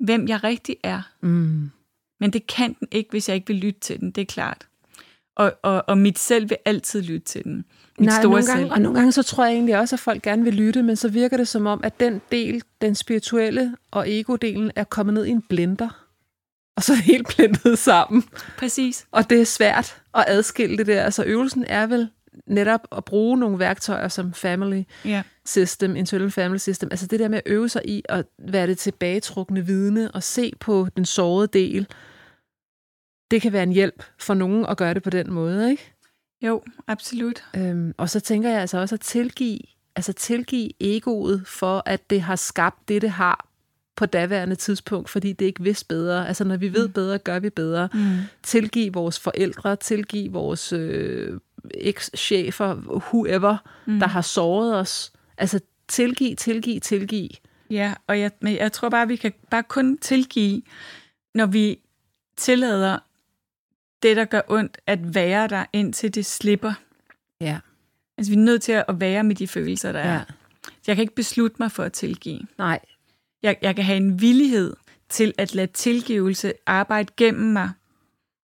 [SPEAKER 2] hvem jeg rigtig er.
[SPEAKER 4] Mm.
[SPEAKER 2] Men det kan den ikke, hvis jeg ikke vil lytte til den, det er klart. Og, og, og mit selv vil altid lytte til den. Mit
[SPEAKER 1] Nej,
[SPEAKER 2] store
[SPEAKER 1] nogle
[SPEAKER 2] selv.
[SPEAKER 1] gange, og nogle gange så tror jeg egentlig også, at folk gerne vil lytte, men så virker det som om, at den del, den spirituelle og ego-delen, er kommet ned i en blender. Og så er det helt blendet sammen.
[SPEAKER 2] Præcis.
[SPEAKER 1] Og det er svært at adskille det der. Altså øvelsen er vel netop at bruge nogle værktøjer som family
[SPEAKER 2] Ja.
[SPEAKER 1] system, internal family system. Altså det der med at øve sig i at være det tilbagetrukne vidne og se på den sårede del. Det kan være en hjælp for nogen at gøre det på den måde, ikke?
[SPEAKER 2] Jo, absolut.
[SPEAKER 1] Øhm, og så tænker jeg altså også at tilgive, altså tilgive egoet for, at det har skabt det, det har på daværende tidspunkt, fordi det ikke vidste bedre. Altså når vi ved bedre, gør vi bedre.
[SPEAKER 2] Mm.
[SPEAKER 1] Tilgive vores forældre, tilgive vores øh, eks-chefer, whoever, mm. der har såret os. Altså tilgive, tilgive, tilgive.
[SPEAKER 2] Ja, og jeg, men jeg tror bare, vi kan bare kun tilgive, når vi tillader det, der gør ondt, at være der, indtil det slipper.
[SPEAKER 1] Ja.
[SPEAKER 2] Altså, vi er nødt til at være med de følelser, der ja. er. Jeg kan ikke beslutte mig for at tilgive.
[SPEAKER 1] Nej.
[SPEAKER 2] Jeg, jeg kan have en villighed til at lade tilgivelse arbejde gennem mig.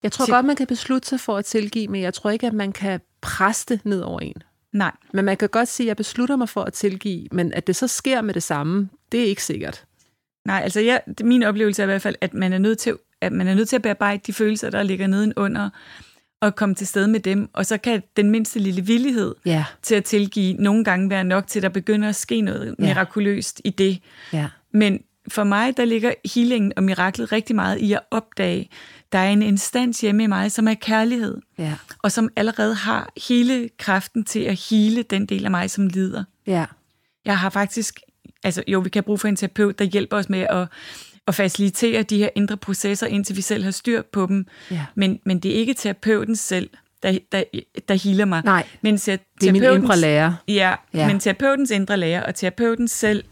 [SPEAKER 1] Jeg tror
[SPEAKER 2] Til-
[SPEAKER 1] godt, man kan beslutte sig for at tilgive, men jeg tror ikke, at man kan presse det ned over en.
[SPEAKER 2] Nej,
[SPEAKER 1] Men man kan godt sige, at jeg beslutter mig for at tilgive, men at det så sker med det samme, det er ikke sikkert.
[SPEAKER 2] nej, altså jeg, det- min oplevelse er i hvert fald, at man er nødt til at man er nødt til at bearbejde de følelser, der ligger nedenunder, og komme til stede med dem, og så kan den mindste lille villighed
[SPEAKER 1] Ja,
[SPEAKER 2] til at tilgive nogle gange være nok til, at der begynder at ske noget
[SPEAKER 4] Ja.
[SPEAKER 2] ja. mirakuløst i det.
[SPEAKER 4] Ja.
[SPEAKER 2] Men for mig, der ligger healingen og miraklet rigtig meget i at opdage, der er en instans hjemme i mig, som er kærlighed,
[SPEAKER 4] Ja.
[SPEAKER 2] og som allerede har hele kraften til at hele den del af mig, som lider.
[SPEAKER 4] Ja.
[SPEAKER 2] Jeg har faktisk, altså jo, vi kan bruge for en terapeut, der hjælper os med at, at facilitere de her indre processer, indtil vi selv har styr på dem.
[SPEAKER 4] Ja.
[SPEAKER 2] Men, men det er ikke terapeuten selv, der, der, der healer mig.
[SPEAKER 4] Nej,
[SPEAKER 2] men ser
[SPEAKER 4] det er min
[SPEAKER 2] terapeutens-
[SPEAKER 4] indre lærer.
[SPEAKER 2] Ja,
[SPEAKER 4] Ja.
[SPEAKER 2] ja, men terapeutens indre lærer og terapeuten selv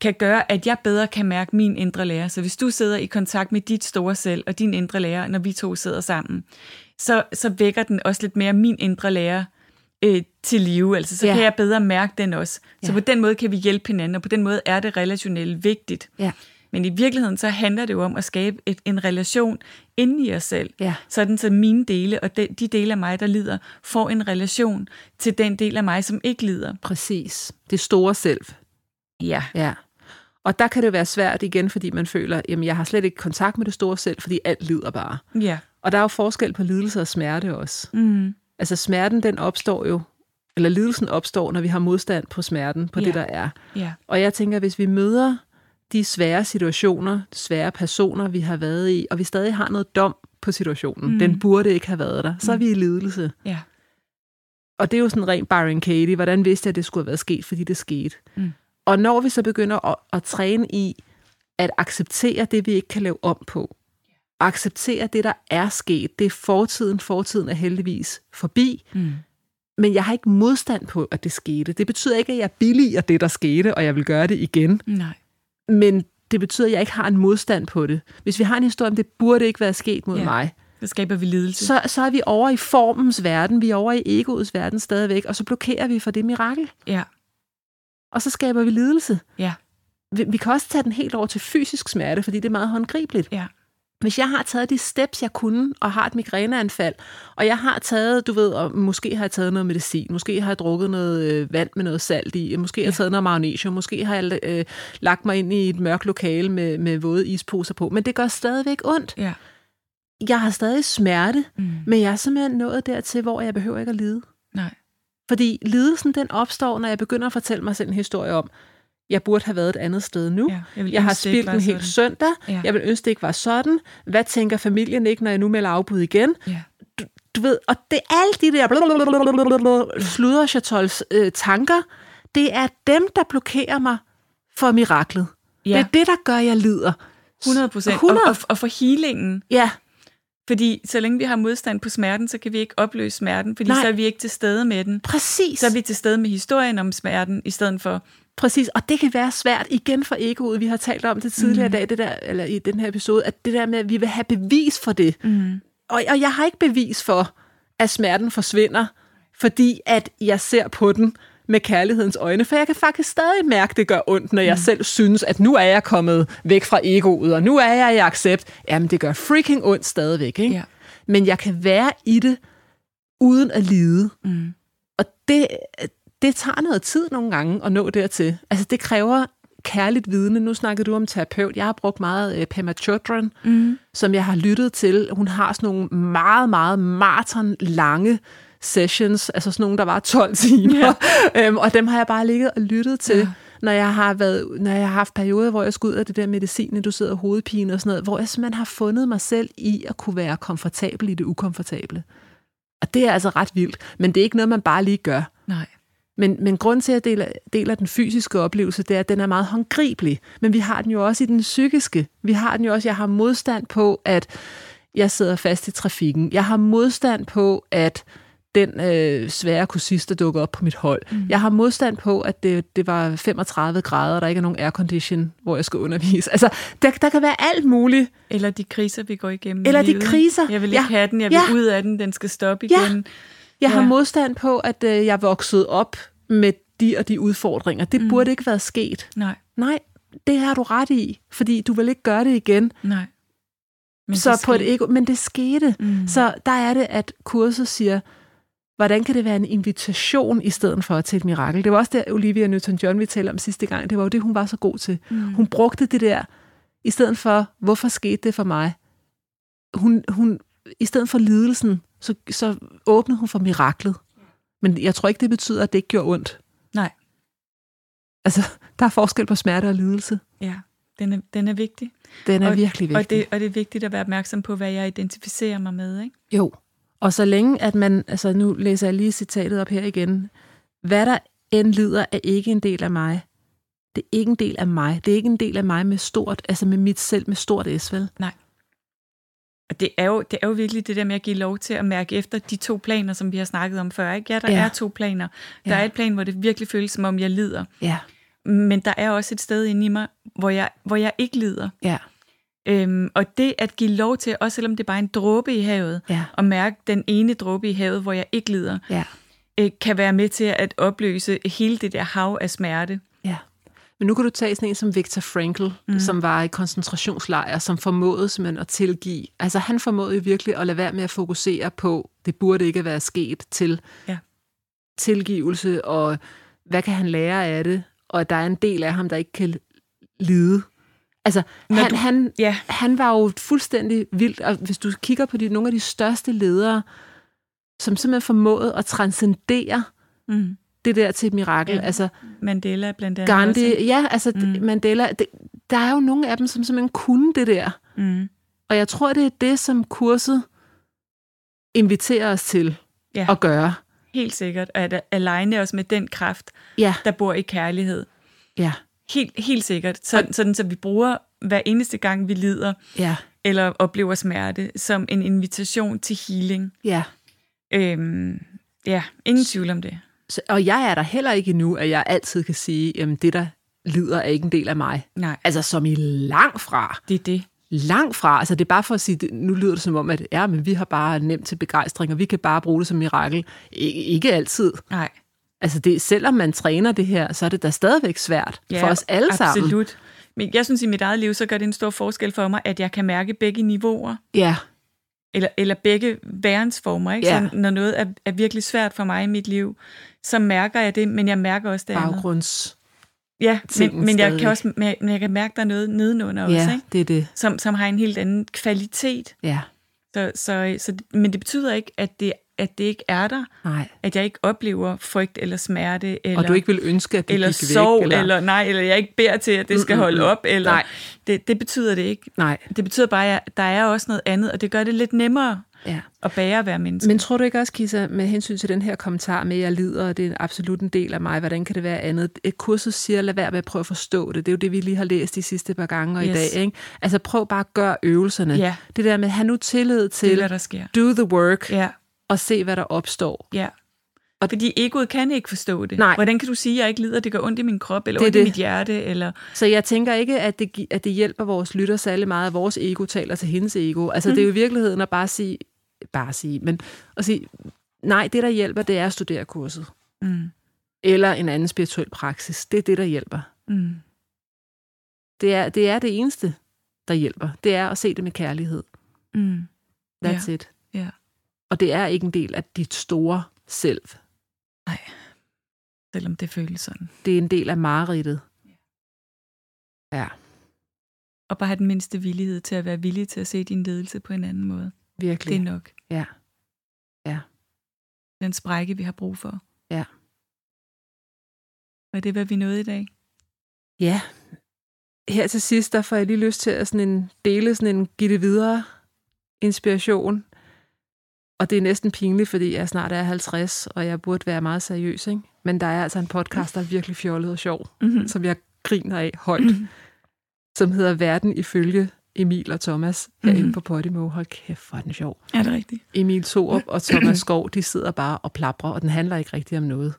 [SPEAKER 2] kan gøre, at jeg bedre kan mærke min indre lærer. Så hvis du sidder i kontakt med dit store selv og din indre lærer, når vi to sidder sammen, så, så vækker den også lidt mere min indre lærer øh, til live. Altså, så
[SPEAKER 4] Ja.
[SPEAKER 2] ja. kan jeg bedre mærke den også.
[SPEAKER 4] Ja.
[SPEAKER 2] Så på den måde kan vi hjælpe hinanden, og på den måde er det relationelle vigtigt.
[SPEAKER 4] Ja.
[SPEAKER 2] Men i virkeligheden så handler det jo om at skabe et, en relation inde i os selv,
[SPEAKER 4] Ja.
[SPEAKER 2] sådan så mine dele og de, de dele af mig, der lider, får en relation til den del af mig, som ikke lider.
[SPEAKER 1] præcis. Det store selv.
[SPEAKER 2] Ja.
[SPEAKER 1] Ja. Og der kan det jo være svært igen, fordi man føler, jamen jeg har slet ikke kontakt med det store selv, fordi alt lider bare.
[SPEAKER 2] Ja.
[SPEAKER 1] Og der er jo forskel på lidelse og smerte også.
[SPEAKER 2] Mm.
[SPEAKER 1] Altså smerten, den opstår jo, eller lidelsen opstår, når vi har modstand på smerten, på ja. det
[SPEAKER 2] Ja.
[SPEAKER 1] der er.
[SPEAKER 2] Ja.
[SPEAKER 1] Og jeg tænker, hvis vi møder de svære situationer, de svære personer, vi har været i, og vi stadig har noget dom på situationen, mm.
[SPEAKER 2] Mm.
[SPEAKER 1] den burde ikke have været der, så er vi i lidelse.
[SPEAKER 2] Ja.
[SPEAKER 1] Og det er jo sådan rent Byron Katie, hvordan vidste jeg, at det skulle have været sket, fordi det skete.
[SPEAKER 2] Mm.
[SPEAKER 1] Og når vi så begynder at, at træne i at acceptere det, vi ikke kan lave om på, acceptere det, der er sket, det er fortiden, fortiden er heldigvis forbi,
[SPEAKER 2] Mm.
[SPEAKER 1] men jeg har ikke modstand på, at det skete. Det betyder ikke, at jeg billiger det, der skete, og jeg vil gøre det igen
[SPEAKER 2] Nej.
[SPEAKER 1] men det betyder, at jeg ikke har en modstand på det. Hvis vi har en historie om, det burde ikke være sket mod ja.
[SPEAKER 2] Ja.
[SPEAKER 1] mig,
[SPEAKER 2] Så skaber vi lidelse.
[SPEAKER 1] så, så er vi over i formens verden, vi er over i egoets verden stadigvæk, og så blokerer vi for det mirakel,
[SPEAKER 2] Ja.
[SPEAKER 1] og så skaber vi lidelse.
[SPEAKER 2] Ja.
[SPEAKER 1] Vi, vi kan også tage den helt over til fysisk smerte, fordi det er meget håndgribeligt.
[SPEAKER 2] Ja.
[SPEAKER 1] Hvis jeg har taget de steps, jeg kunne, og har et migræneanfald, og jeg har taget, du ved, og måske har jeg taget noget medicin, måske har jeg drukket noget øh, vand med noget salt i, måske har jeg taget noget magnesium, måske har jeg øh, lagt mig ind i et mørkt lokale med, med våde isposer på, men det gør stadigvæk ondt.
[SPEAKER 2] Ja.
[SPEAKER 1] Jeg har stadig smerte,
[SPEAKER 2] Mm.
[SPEAKER 1] men jeg er simpelthen nået dertil, hvor jeg behøver ikke at lide.
[SPEAKER 2] Nej.
[SPEAKER 1] Fordi lidelsen, den opstår, når jeg begynder at fortælle mig selv en historie om, jeg burde have været et andet sted nu.
[SPEAKER 2] Ja. Jeg, vil
[SPEAKER 1] Jeg har
[SPEAKER 2] ønske, det ikke
[SPEAKER 1] spildt
[SPEAKER 2] var
[SPEAKER 1] en hel
[SPEAKER 2] sådan.
[SPEAKER 1] søndag. Ja.
[SPEAKER 2] Ja.
[SPEAKER 1] Jeg vil ønske, det ikke var sådan. Hvad tænker familien ikke, når jeg nu melder afbud igen?
[SPEAKER 2] Ja.
[SPEAKER 1] Du ved, og det er alle de der blablabla sludder Chatols øh, tanker. Det er dem, der blokerer mig for miraklet. Ja.
[SPEAKER 2] ja.
[SPEAKER 1] Det er det, der gør, jeg lider.
[SPEAKER 2] 100 procent. Og,
[SPEAKER 1] 100.
[SPEAKER 2] og, og for healingen,
[SPEAKER 1] Ja,
[SPEAKER 2] Fordi så længe vi har modstand på smerten, så kan vi ikke opløse smerten, fordi Nej.
[SPEAKER 1] Nej.
[SPEAKER 2] så er vi ikke til stede med den.
[SPEAKER 1] Præcis.
[SPEAKER 2] Så er vi til stede med historien om smerten, i stedet for,
[SPEAKER 1] Præcis, og det kan være svært igen for egoet. Vi har talt om det tidligere mm. dag, det der, eller i den her episode, at det der med, at vi vil have bevis for det.
[SPEAKER 2] mm.
[SPEAKER 1] Og, og jeg har ikke bevis for, at smerten forsvinder, fordi at jeg ser på den med kærlighedens øjne, for jeg kan faktisk stadig mærke, at det gør ondt, når jeg selv synes, at nu er jeg kommet væk fra egoet, og nu er jeg i accept. Jamen, det gør freaking ondt stadigvæk, ikke?
[SPEAKER 2] Ja.
[SPEAKER 1] Men jeg kan være i det, uden at lide.
[SPEAKER 2] Mm.
[SPEAKER 1] Og det, det tager noget tid nogle gange at nå dertil. Altså, det kræver kærligt vidne. Nu snakkede du om terapeut. Jeg har brugt meget øh, Pema Chodron,
[SPEAKER 2] Mm.
[SPEAKER 1] som jeg har lyttet til. Hun har sådan nogle meget, meget maratonlange sessions, altså sådan nogle, der var 12 timer. Yeah. Øhm, og dem har jeg bare ligget og lyttet til,
[SPEAKER 2] Ja.
[SPEAKER 1] yeah. når, jeg har været, når jeg har haft perioder, hvor jeg skulle ud af det der medicin, du sidder og hovedpine og sådan noget, hvor jeg simpelthen har fundet mig selv i at kunne være komfortabel i det ukomfortable. Og det er altså ret vildt, men det er ikke noget, man bare lige gør.
[SPEAKER 2] Nej.
[SPEAKER 1] Men, men grunden til, at jeg deler, deler den fysiske oplevelse, det er, at den er meget håndgribelig. Men vi har den jo også i den psykiske. Vi har den jo også, jeg har modstand på, at jeg sidder fast i trafikken. Jeg har modstand på, at den øh, svære kursist, der dukker op på mit hold. Mm. Jeg har modstand på, at det, det var 35 grader, og der ikke er nogen aircondition, hvor jeg skal undervise. Altså, der, der kan være alt muligt.
[SPEAKER 2] Eller de kriser, vi går igennem. i
[SPEAKER 1] Eller de
[SPEAKER 2] livet.
[SPEAKER 1] kriser.
[SPEAKER 2] Jeg vil ikke
[SPEAKER 1] Ja.
[SPEAKER 2] have den, jeg vil
[SPEAKER 1] Ja.
[SPEAKER 2] ud af den, den skal stoppe
[SPEAKER 1] Ja.
[SPEAKER 2] igen.
[SPEAKER 1] Jeg ja. har
[SPEAKER 2] Ja.
[SPEAKER 1] modstand på, at øh, jeg voksede op med de og de udfordringer. Det mm. burde ikke være sket.
[SPEAKER 2] Nej,
[SPEAKER 1] Nej, det har du ret i, fordi du vil ikke gøre det igen.
[SPEAKER 2] nej.
[SPEAKER 1] Men
[SPEAKER 2] det
[SPEAKER 1] så det på
[SPEAKER 2] skete.
[SPEAKER 1] et ego, men det skete.
[SPEAKER 2] Mm.
[SPEAKER 1] Mm. Så der er det, at kurset siger, hvordan kan det være en invitation i stedet for til et mirakel? Det var også det, Olivia Newton-John, vi talte om sidste gang. Det var jo det, hun var så god til.
[SPEAKER 2] Mm.
[SPEAKER 1] Hun brugte det der, i stedet for, hvorfor skete det for mig? Hun, hun, I stedet for lidelsen, så, så åbnede hun for miraklet. Men jeg tror ikke, det betyder, at det ikke gjorde ondt.
[SPEAKER 2] Nej.
[SPEAKER 1] Altså, der er forskel på smerte og lidelse.
[SPEAKER 2] Ja, den er, den er vigtig.
[SPEAKER 1] Den er virkelig vigtig.
[SPEAKER 2] Og, det, og det er vigtigt at være opmærksom på, hvad jeg identificerer mig med. Ikke?
[SPEAKER 1] Jo, og så længe at man, altså nu læser jeg lige citatet op her igen, hvad der end lider, er ikke en del af mig. Det er ikke en del af mig. Det er ikke en del af mig med stort, altså med mit selv med stort S, vel?
[SPEAKER 2] Og det er, jo, det er jo virkelig det der med at give lov til at mærke efter de to planer, som vi har snakket om før. Ikke? Ja, der
[SPEAKER 1] Ja.
[SPEAKER 2] er to planer. Der
[SPEAKER 1] Ja.
[SPEAKER 2] er et plan, hvor det virkelig føles, som om jeg lider.
[SPEAKER 1] Ja,
[SPEAKER 2] Men der er også et sted inde i mig, hvor jeg, hvor jeg ikke lider.
[SPEAKER 1] ja,
[SPEAKER 2] Øhm, og det at give lov til, også selvom det bare er en dråbe i havet,
[SPEAKER 1] ja,
[SPEAKER 2] at mærke den ene dråbe i havet, hvor jeg ikke lider,
[SPEAKER 1] ja,
[SPEAKER 2] øh, kan være med til at opløse hele det der hav af smerte.
[SPEAKER 1] ja. Men nu kan du tage sådan en som Viktor Frankl, mm. som var i koncentrationslejr, som formåede simpelthen at tilgive. Altså han formåede jo virkelig at lade være med at fokusere på, det burde ikke være sket, til
[SPEAKER 2] Ja.
[SPEAKER 1] tilgivelse, og hvad kan han lære af det, og at der er en del af ham, der ikke kan lide. Altså,
[SPEAKER 2] Når
[SPEAKER 1] han,
[SPEAKER 2] du-
[SPEAKER 1] du... han,
[SPEAKER 2] Ja,
[SPEAKER 1] han var jo fuldstændig vildt, og hvis du kigger på de, nogle af de største ledere, som simpelthen formåede at transcendere
[SPEAKER 2] mm.
[SPEAKER 1] det der til et mirakel.
[SPEAKER 2] Ja.
[SPEAKER 1] Ja. Altså
[SPEAKER 2] Mandela blandt andet. også, ikke?
[SPEAKER 1] Gandhi, ja, altså mm. Mandela, det, der er jo nogle af dem, som simpelthen kunne det der.
[SPEAKER 2] Mm.
[SPEAKER 1] Og jeg tror, det er det, som kurset inviterer os til
[SPEAKER 2] Ja.
[SPEAKER 1] at gøre.
[SPEAKER 2] Helt sikkert. Og at aligne os med den kraft,
[SPEAKER 1] Ja,
[SPEAKER 2] der bor i kærlighed.
[SPEAKER 1] ja,
[SPEAKER 2] Helt, helt sikkert. Sådan, sådan, så vi bruger hver eneste gang, vi lider
[SPEAKER 1] ja,
[SPEAKER 2] eller oplever smerte, som en invitation til healing.
[SPEAKER 1] ja.
[SPEAKER 2] Øhm, ja, ingen tvivl om det.
[SPEAKER 1] Så, og jeg er der heller ikke endnu, at jeg altid kan sige, at det, der lider, er ikke en del af mig.
[SPEAKER 2] Nej,
[SPEAKER 1] Altså som i langt fra.
[SPEAKER 2] det er det.
[SPEAKER 1] Langt fra. Altså det er bare for at sige, det- nu lyder det som om, at ja, men vi har bare nemt til begejstring, og vi kan bare bruge det som mirakel. I, ikke altid.
[SPEAKER 2] Nej.
[SPEAKER 1] Altså det, selvom man træner det her, så er det da stadigvæk svært ja, for os alle sammen.
[SPEAKER 2] absolut. Men jeg synes, i mit eget liv, så gør det en stor forskel for mig, at jeg kan mærke begge niveauer.
[SPEAKER 1] Ja,
[SPEAKER 2] eller, eller begge værensformer. Ikke?
[SPEAKER 1] Ja.
[SPEAKER 2] Så når noget er, er virkelig svært for mig i mit liv, så mærker jeg det, men jeg mærker også det andet.
[SPEAKER 1] baggrunds.
[SPEAKER 2] Ja, men,
[SPEAKER 1] tingen
[SPEAKER 2] men jeg kan
[SPEAKER 1] stadigvæk.
[SPEAKER 2] også mær- men jeg kan mærke, der er noget nedenunder ja. også,
[SPEAKER 1] Ja,
[SPEAKER 2] ikke?
[SPEAKER 1] det er det.
[SPEAKER 2] Som, som har en helt anden kvalitet.
[SPEAKER 1] Ja,
[SPEAKER 2] Så, så, så, men det betyder ikke, at det, at det ikke er der,
[SPEAKER 1] nej.
[SPEAKER 2] at jeg ikke oplever frygt eller smerte. Eller,
[SPEAKER 1] Og du ikke vil ønske, at det
[SPEAKER 2] eller
[SPEAKER 1] gik væk.
[SPEAKER 2] sorg, eller... eller nej, eller jeg ikke beder til, at det skal
[SPEAKER 1] Mm, mm,
[SPEAKER 2] holde
[SPEAKER 1] mm.
[SPEAKER 2] op. Eller,
[SPEAKER 1] Nej.
[SPEAKER 2] det, det betyder det ikke.
[SPEAKER 1] Nej,
[SPEAKER 2] Det betyder bare, at der er også noget andet, og det gør det lidt nemmere
[SPEAKER 1] Ja.
[SPEAKER 2] og bære at være menneske.
[SPEAKER 1] Men tror du ikke også, Kisa, med hensyn til den her kommentar med, at jeg lider, og det er absolut en del af mig, hvordan kan det være andet? Et kursus siger, lad være med at prøve at forstå det. Det er jo det, vi lige har læst de sidste par gange og yes. i
[SPEAKER 2] Yes.
[SPEAKER 1] dag. Ikke? Altså prøv bare at gøre øvelserne.
[SPEAKER 2] Ja.
[SPEAKER 1] Det der med, have nu tillid
[SPEAKER 2] det er,
[SPEAKER 1] til,
[SPEAKER 2] hvad der sker.
[SPEAKER 1] do the work,
[SPEAKER 2] Ja,
[SPEAKER 1] og se, hvad der opstår.
[SPEAKER 2] ja. Og fordi egoet kan ikke forstå det.
[SPEAKER 1] Nej.
[SPEAKER 2] Hvordan kan du sige, at jeg ikke lider, det gør ondt i min krop, eller
[SPEAKER 1] Det er
[SPEAKER 2] ondt i
[SPEAKER 1] det.
[SPEAKER 2] mit hjerte, eller
[SPEAKER 1] Så jeg tænker ikke, at det, gi- at det hjælper vores lytter særlig meget, at vores ego taler til hendes ego.
[SPEAKER 2] Mhm.
[SPEAKER 1] Altså, mm. det er jo i virkeligheden at bare sige, bare sige, men at sige, nej, det der hjælper, det er at studere kurset.
[SPEAKER 2] Mm.
[SPEAKER 1] Eller en anden spirituel praksis. Det er det, der hjælper.
[SPEAKER 2] Mm.
[SPEAKER 1] Det er det, er det eneste, der hjælper. Det er at se det med kærlighed.
[SPEAKER 2] Mm.
[SPEAKER 1] That's yeah. it.
[SPEAKER 2] Ja.
[SPEAKER 1] Og det er ikke en del af dit store selv.
[SPEAKER 2] Selvom det føles sådan.
[SPEAKER 1] Det er en del af mareridtet. Ja,
[SPEAKER 2] Og bare have den mindste villighed til at være villig til at se din ledelse på en anden måde. Det
[SPEAKER 1] virkelig.
[SPEAKER 2] er nok.
[SPEAKER 1] Ja. Ja.
[SPEAKER 2] Den sprække, vi har brug for.
[SPEAKER 1] Ja.
[SPEAKER 2] Var det, hvad vi nåede i dag?
[SPEAKER 1] Ja. Her til sidst, der får jeg lige lyst til at sådan en, dele sådan en give det videre inspiration. Og det er næsten pinligt, fordi jeg snart er 50, og jeg burde være meget seriøs, ikke? Men der er altså en podcast, der er virkelig fjollet og sjov,
[SPEAKER 2] Mm-hmm.
[SPEAKER 1] som jeg griner af højt, som hedder Verden ifølge Emil og Thomas herinde
[SPEAKER 2] Mhm.
[SPEAKER 1] på Podimo. Hold kæft, hvor er den sjov.
[SPEAKER 2] Er det rigtigt?
[SPEAKER 1] Emil Thorup og Thomas Skov, de sidder bare og plaprer, og den handler ikke rigtig om noget.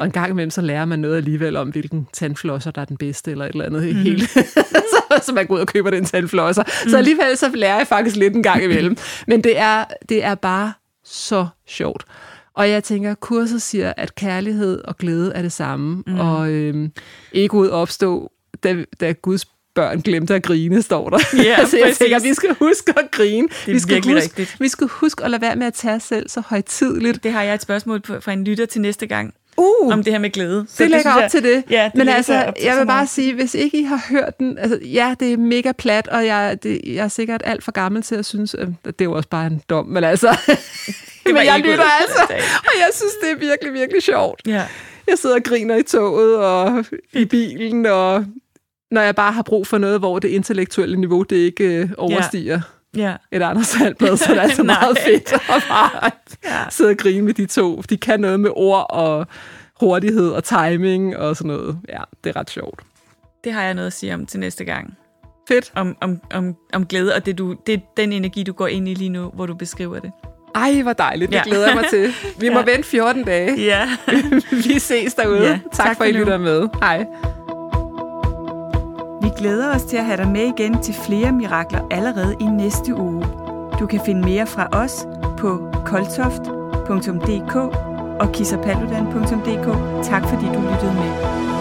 [SPEAKER 1] Og en gang imellem, så lærer man noget alligevel om, hvilken tandflosser, der er den bedste, eller et eller andet mm.
[SPEAKER 2] Mhm.
[SPEAKER 1] helt. så, så man går ud og køber den tandflosser. Mm. Så alligevel, så lærer jeg faktisk lidt en gang imellem. Men det er, det er bare så sjovt. Og jeg tænker, kurset siger, at kærlighed og glæde er det samme,
[SPEAKER 2] Mhm.
[SPEAKER 1] mm. og øhm, egoet opstod, da, da Guds børn glemte at grine, står der.
[SPEAKER 2] Ja,
[SPEAKER 1] så jeg
[SPEAKER 2] præcis.
[SPEAKER 1] tænker, vi skal huske at grine.
[SPEAKER 2] er
[SPEAKER 1] vi skal
[SPEAKER 2] virkelig
[SPEAKER 1] huske,
[SPEAKER 2] rigtigt.
[SPEAKER 1] vi skal huske at lade være med at tage os selv så højtidligt.
[SPEAKER 2] Det har jeg et spørgsmål på, fra en lytter til næste gang.
[SPEAKER 1] Uh,
[SPEAKER 2] Om det her med glæde. Så
[SPEAKER 1] det lægger
[SPEAKER 2] synes
[SPEAKER 1] op
[SPEAKER 2] jeg-
[SPEAKER 1] til det.
[SPEAKER 2] Ja, det
[SPEAKER 1] Men
[SPEAKER 2] lægger
[SPEAKER 1] altså,
[SPEAKER 2] op til
[SPEAKER 1] jeg
[SPEAKER 2] så
[SPEAKER 1] vil bare
[SPEAKER 2] meget.
[SPEAKER 1] sige, hvis ikke I har hørt den, altså ja, det er mega plat, og jeg, det, jeg er sikkert alt for gammel til at synes, øh, det er jo også bare en dom, men altså,
[SPEAKER 2] Det var
[SPEAKER 1] men jeg
[SPEAKER 2] egoet,
[SPEAKER 1] lytter
[SPEAKER 2] der
[SPEAKER 1] altså,
[SPEAKER 2] sagde.
[SPEAKER 1] og jeg synes, det er virkelig, virkelig sjovt.
[SPEAKER 2] Ja.
[SPEAKER 1] Jeg sidder og griner i toget og i bilen, og når jeg bare har brug for noget, hvor det intellektuelle niveau, det ikke øh, overstiger
[SPEAKER 2] Ja.
[SPEAKER 1] et Anders Sandblad, så det er altså
[SPEAKER 2] Nej.
[SPEAKER 1] meget fedt at bare
[SPEAKER 2] Ja.
[SPEAKER 1] sidde og grine med de to. De kan noget med ord og hurtighed og timing og sådan noget. Ja, det er ret sjovt.
[SPEAKER 2] Det har jeg noget at sige om til næste gang.
[SPEAKER 1] Fedt.
[SPEAKER 2] Om, om, om, om glæde, og det, du, det er den energi, du går ind i lige nu, hvor du beskriver det.
[SPEAKER 1] Ej, hvor dejligt. Det
[SPEAKER 2] Ja.
[SPEAKER 1] glæder jeg mig til. Vi må vente 14 dage.
[SPEAKER 2] Ja.
[SPEAKER 1] Vi ses derude.
[SPEAKER 2] Ja,
[SPEAKER 1] tak, tak
[SPEAKER 2] tak
[SPEAKER 1] for,
[SPEAKER 2] for
[SPEAKER 1] at I
[SPEAKER 2] nu.
[SPEAKER 1] lytter med. Hej.
[SPEAKER 2] Vi glæder os til at have dig med igen til flere mirakler allerede i næste uge. Du kan finde mere fra os på koltoft.dk og kissapaludan.dk. Tak fordi du lyttede med.